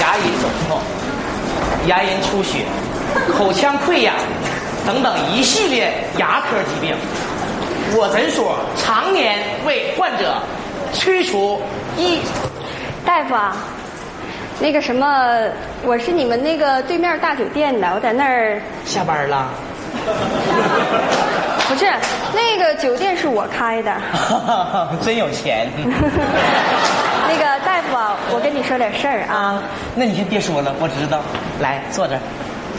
牙龈肿痛、牙龈出血、口腔溃疡等等一系列牙科疾病。我诊所常年为患者驱除一大夫啊，那个什么，我是你们那个对面大酒店的，我在那儿下班了， 不是那个酒店是我开的。真有钱那个大夫啊，我跟你说点事儿啊啊！那你先别说了，我知道。来，坐这儿，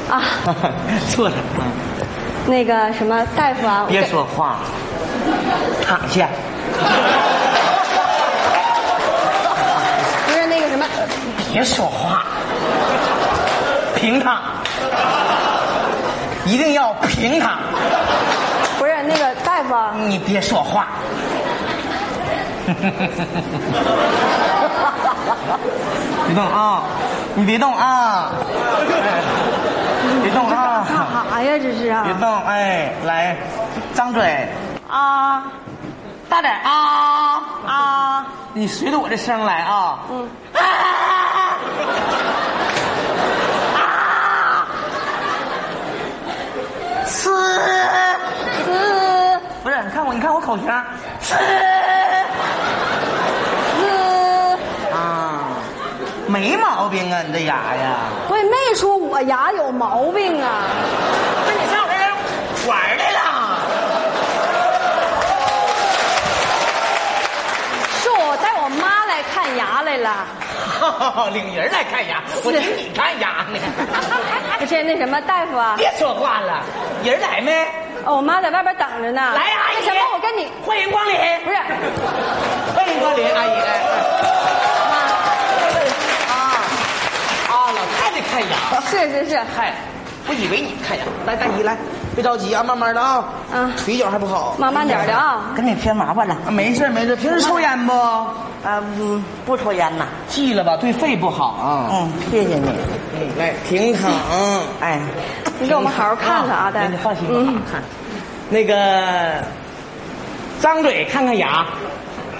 啊， 坐这儿。嗯那个什么大夫啊，我别跟说话，躺下。不是那个什么，别说话，平躺，一定要平躺。不是那个大夫啊，你别说话， 别动啊！你别动啊！别动啊！干啥呀这是别啊？动，哎，来，张嘴，啊大点啊啊！你随着我这声来啊！嗯啊呲，滋不是，你看我，你看我口腔，呲滋，啊，没毛病啊，你这牙呀，我也没说我牙有毛病啊。不是你上我这玩来了？是我带我妈来看牙来了， 领人来看牙，我领你看牙呢。不是那什么大夫啊，别说话了，人来没？哦我妈在外边等着呢。来，阿那姨，什么，我跟你欢迎光临，不是欢迎光临，阿姨。哎妈，啊啊，老太太看牙，哦是是是，嗨，我以为你看牙。来，大姨来，别着急啊，慢慢的啊。嗯腿脚还不好。妈慢点儿的啊。跟你添麻烦了。啊没事没事，平时抽烟不？啊，嗯，不抽烟呐。记了吧，对肺不好啊。哦嗯，谢谢你。嗯，来平躺。哎，你给我们好好看看啊，大你夫。放心吧，好嗯好看。那个，张嘴看看牙，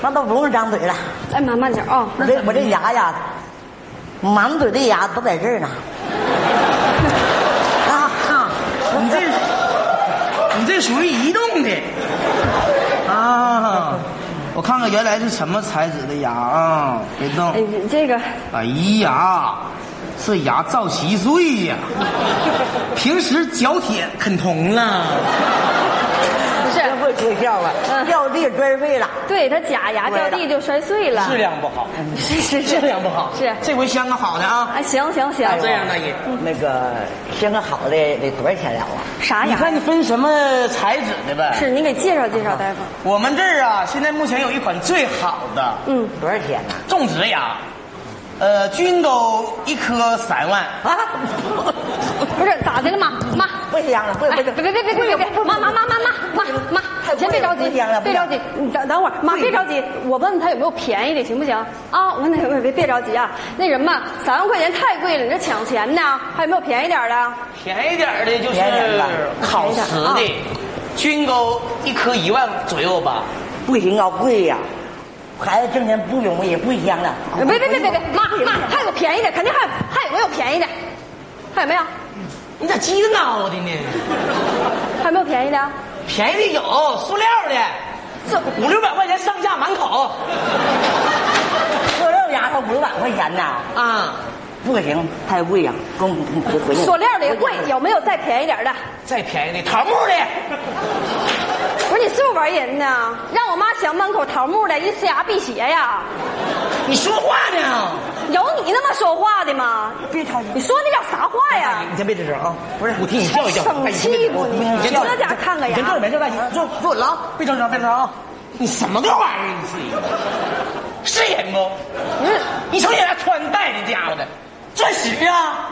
那都不用张嘴了。哎，妈慢点啊、我这我这牙呀，满嘴的牙都在 这儿呢。啊哈，你这，你这属于移动的啊。我看看原来是什么材质的牙啊，别动哎，。你这个哎呀，这牙造稀碎呀！平时脚铁啃铜了，不是，嗯真会说笑啊！掉地摔碎了。对他假牙掉地就摔碎了。量不好，是是质是。量不好。是这回镶个好的啊。哎，行行行，这样大姨，那个镶个好的得多少钱了啊？啥你看牙？你啊分什么材质的呗？是您给介绍介绍，大夫。我们这儿啊，现在目前有一款最好的嗯，多少钱呢？种植牙，呃，均都一颗三万。啊， 不是咋的了，妈妈。不香啊了，不哎，不别别别别别别！妈妈妈妈妈妈妈妈，先别着急，别着急，你等等会儿，妈别着急，我问问他有没有便宜的，行不行？啊，我那别别别着急啊，那什么，三万块钱太贵了，你这抢钱呢？还有没有便宜点儿的？便宜点儿的就便宜点儿是吧烤瓷便宜的点，均都一颗一万左右吧。不行啊，贵呀、孩子挣钱不容易，不香啊了。别别别别别，妈妈，还有便宜的，肯定还有还有没有便宜的？还有没有？你咋鸡着挠的呢？还有没有便宜的？便宜的有，塑料的，这五六百块钱上下满口塑料牙才五六百块钱呢，啊。不行，太贵呀、公回回去。塑料的也贵，有没有再便宜点儿的？再便宜的桃木的，不是你是不是玩人呢？让我妈想门口桃木的，一呲牙辟邪呀？你说话呢？有你那么说话的吗？别吵架你，说那叫啥话呀？你先别吱声啊！不是，我替你叫一叫。生哎气不你你先别吱声你这家看看你先呀嗯坐着没事吧？你坐坐稳了啊！别吱声，别吱声啊！你什么个玩意儿？你是是人不？你你说瞅你那穿戴这家伙的，钻石啊，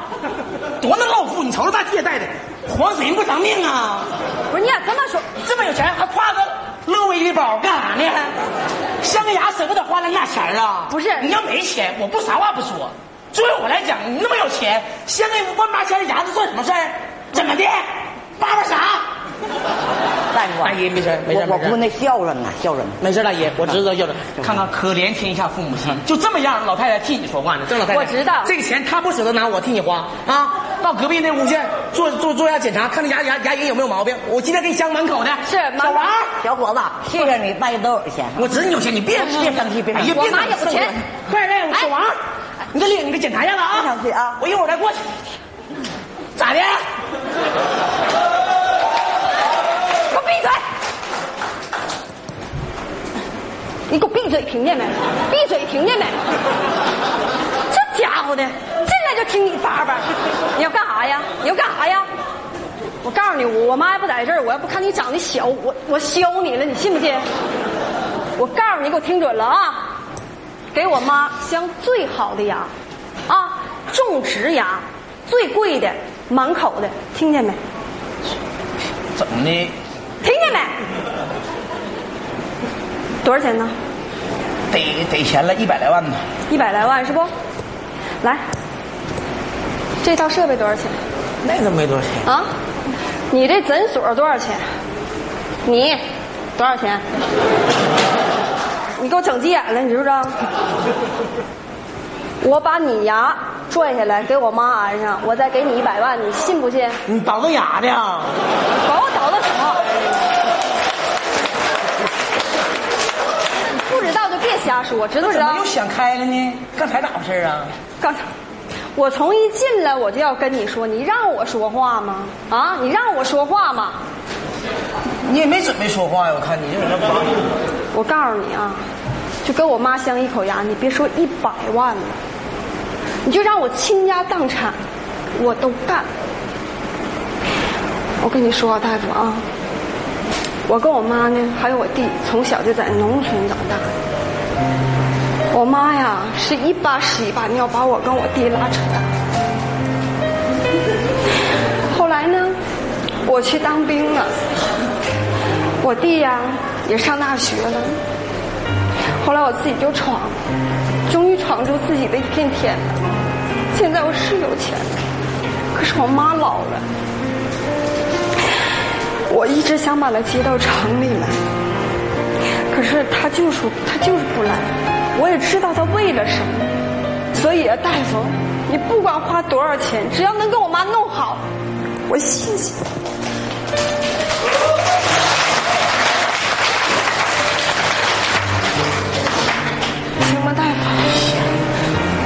多能露富！你瞅瞅大姐戴的，黄水不偿命啊！不是你咋这么说？这么有钱还挎个乐威的包干啥呢？镶个牙舍不得花那么大钱儿啊？不是你要没钱，我不啥话不说。作为我来讲，你那么有钱，镶个万八千的牙子算什么事儿？怎么的？叭叭啥？大夫啊，大姨没事没事我我没事姑那孝顺啊，孝顺。没事，大姨，我知道就是嗯看看可怜天下父母心，就这么样，老太太替你说话呢。郑老太太，我知道这个钱她不舍得拿，我替你花啊。到隔壁那屋去做做做下检查，看那牙牙牙龈有没有毛病。我今天给你镶满口呢。是满口小王，小伙子，啊谢谢你带多少钱？我知道你有钱，你别别生气别生气哎呀，别我哪生气有钱？快点，哎小王，啊你给领你给检查一下子啊。别生气啊我一会儿再过去。咋的？给我闭嘴！你给我闭嘴，听见没？闭嘴，听见没？这家伙的，进来就听你叭叭，你要干啥呀？你要干啥呀？我告诉你，我我妈要不在这儿，我要不看你长得小，我我削你了，你信不信？我告诉你，给我听准了啊！给我妈镶最好的牙，啊，种植牙，最贵的，满口的，听见没？怎么的？听见没？多少钱呢？得得钱了，一百来万吧。一百来万是不？来，这套设备多少钱那个没多少钱。啊？你这诊所多少钱？你多少钱？你给我整急眼了，你知不知道？我把你牙拽下来给我妈安上，我再给你一百万，你信不信？你倒腾牙的啊？管我倒腾什么？不知道就别瞎说，知不知怎道么又？想开了呢？刚才咋回事啊？告诉你我从一进来我就要跟你说，你让我说话吗？啊，你让我说话吗？你也没准备说话呀？我看你这有点不我告诉你啊，就跟我妈镶一口牙，你别说一百万了，你就让我倾家荡产，我都干。我跟你说啊，大夫啊，我跟我妈呢，还有我弟，从小就在农村长大。我妈呀，是一把屎一把尿把我跟我弟拉扯大。后来呢，我去当兵了，我弟呀也上大学了。后来我自己就闯，终于闯出自己的一片天了。现在我是有钱了，可是我妈老了，我一直想把她接到厂里来，可是她就是她就是不来。我也知道她为了什么，所以啊，大夫，你不管花多少钱，只要能给我妈弄好，我谢谢。行吗，大夫？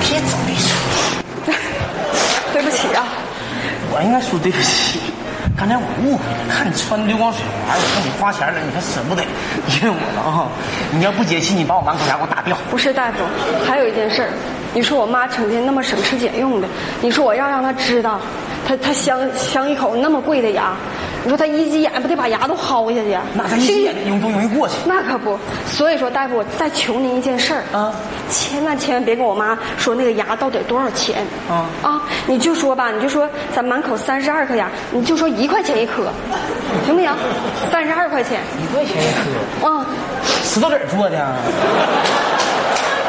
别总理说， 对不起啊，我应该说对不起。刚才我误会了，看你穿流光水滑，我看你花钱了，你还舍不得 怨我了啊！你要不解气，你把我满口牙给我打掉。不是大夫，还有一件事儿，你说我妈成天那么省吃俭用的，你说我要让她知道，她她镶镶一口那么贵的牙，你说她一急眼不得把牙都薅下去啊？那咱一起眼容容易过去。那可不，所以说大夫，我再求您一件事儿啊，千万千万别跟我妈说那个牙到底多少钱啊啊！你就说吧，你就说咱满口三十二颗牙，你就说一块钱一颗，行不行？三十二块钱，一块钱一颗，啊、石头子儿做的啊，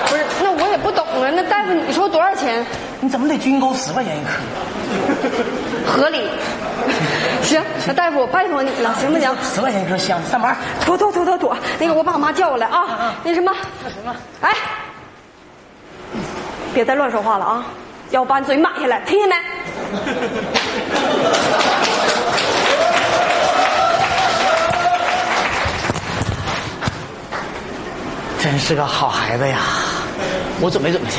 不是，那我也不懂啊。那大夫，你说多少钱你怎么得均沟十块钱一颗？合理？ 行，那大夫，我拜托你了，行不行？十块钱一颗香，上班。妥妥妥妥妥，那个我把我妈叫过来啊，那什么，那什么，哎，别再乱说话了啊，要我把你嘴买下来，听见没？真是个好孩子呀！我准备准备去。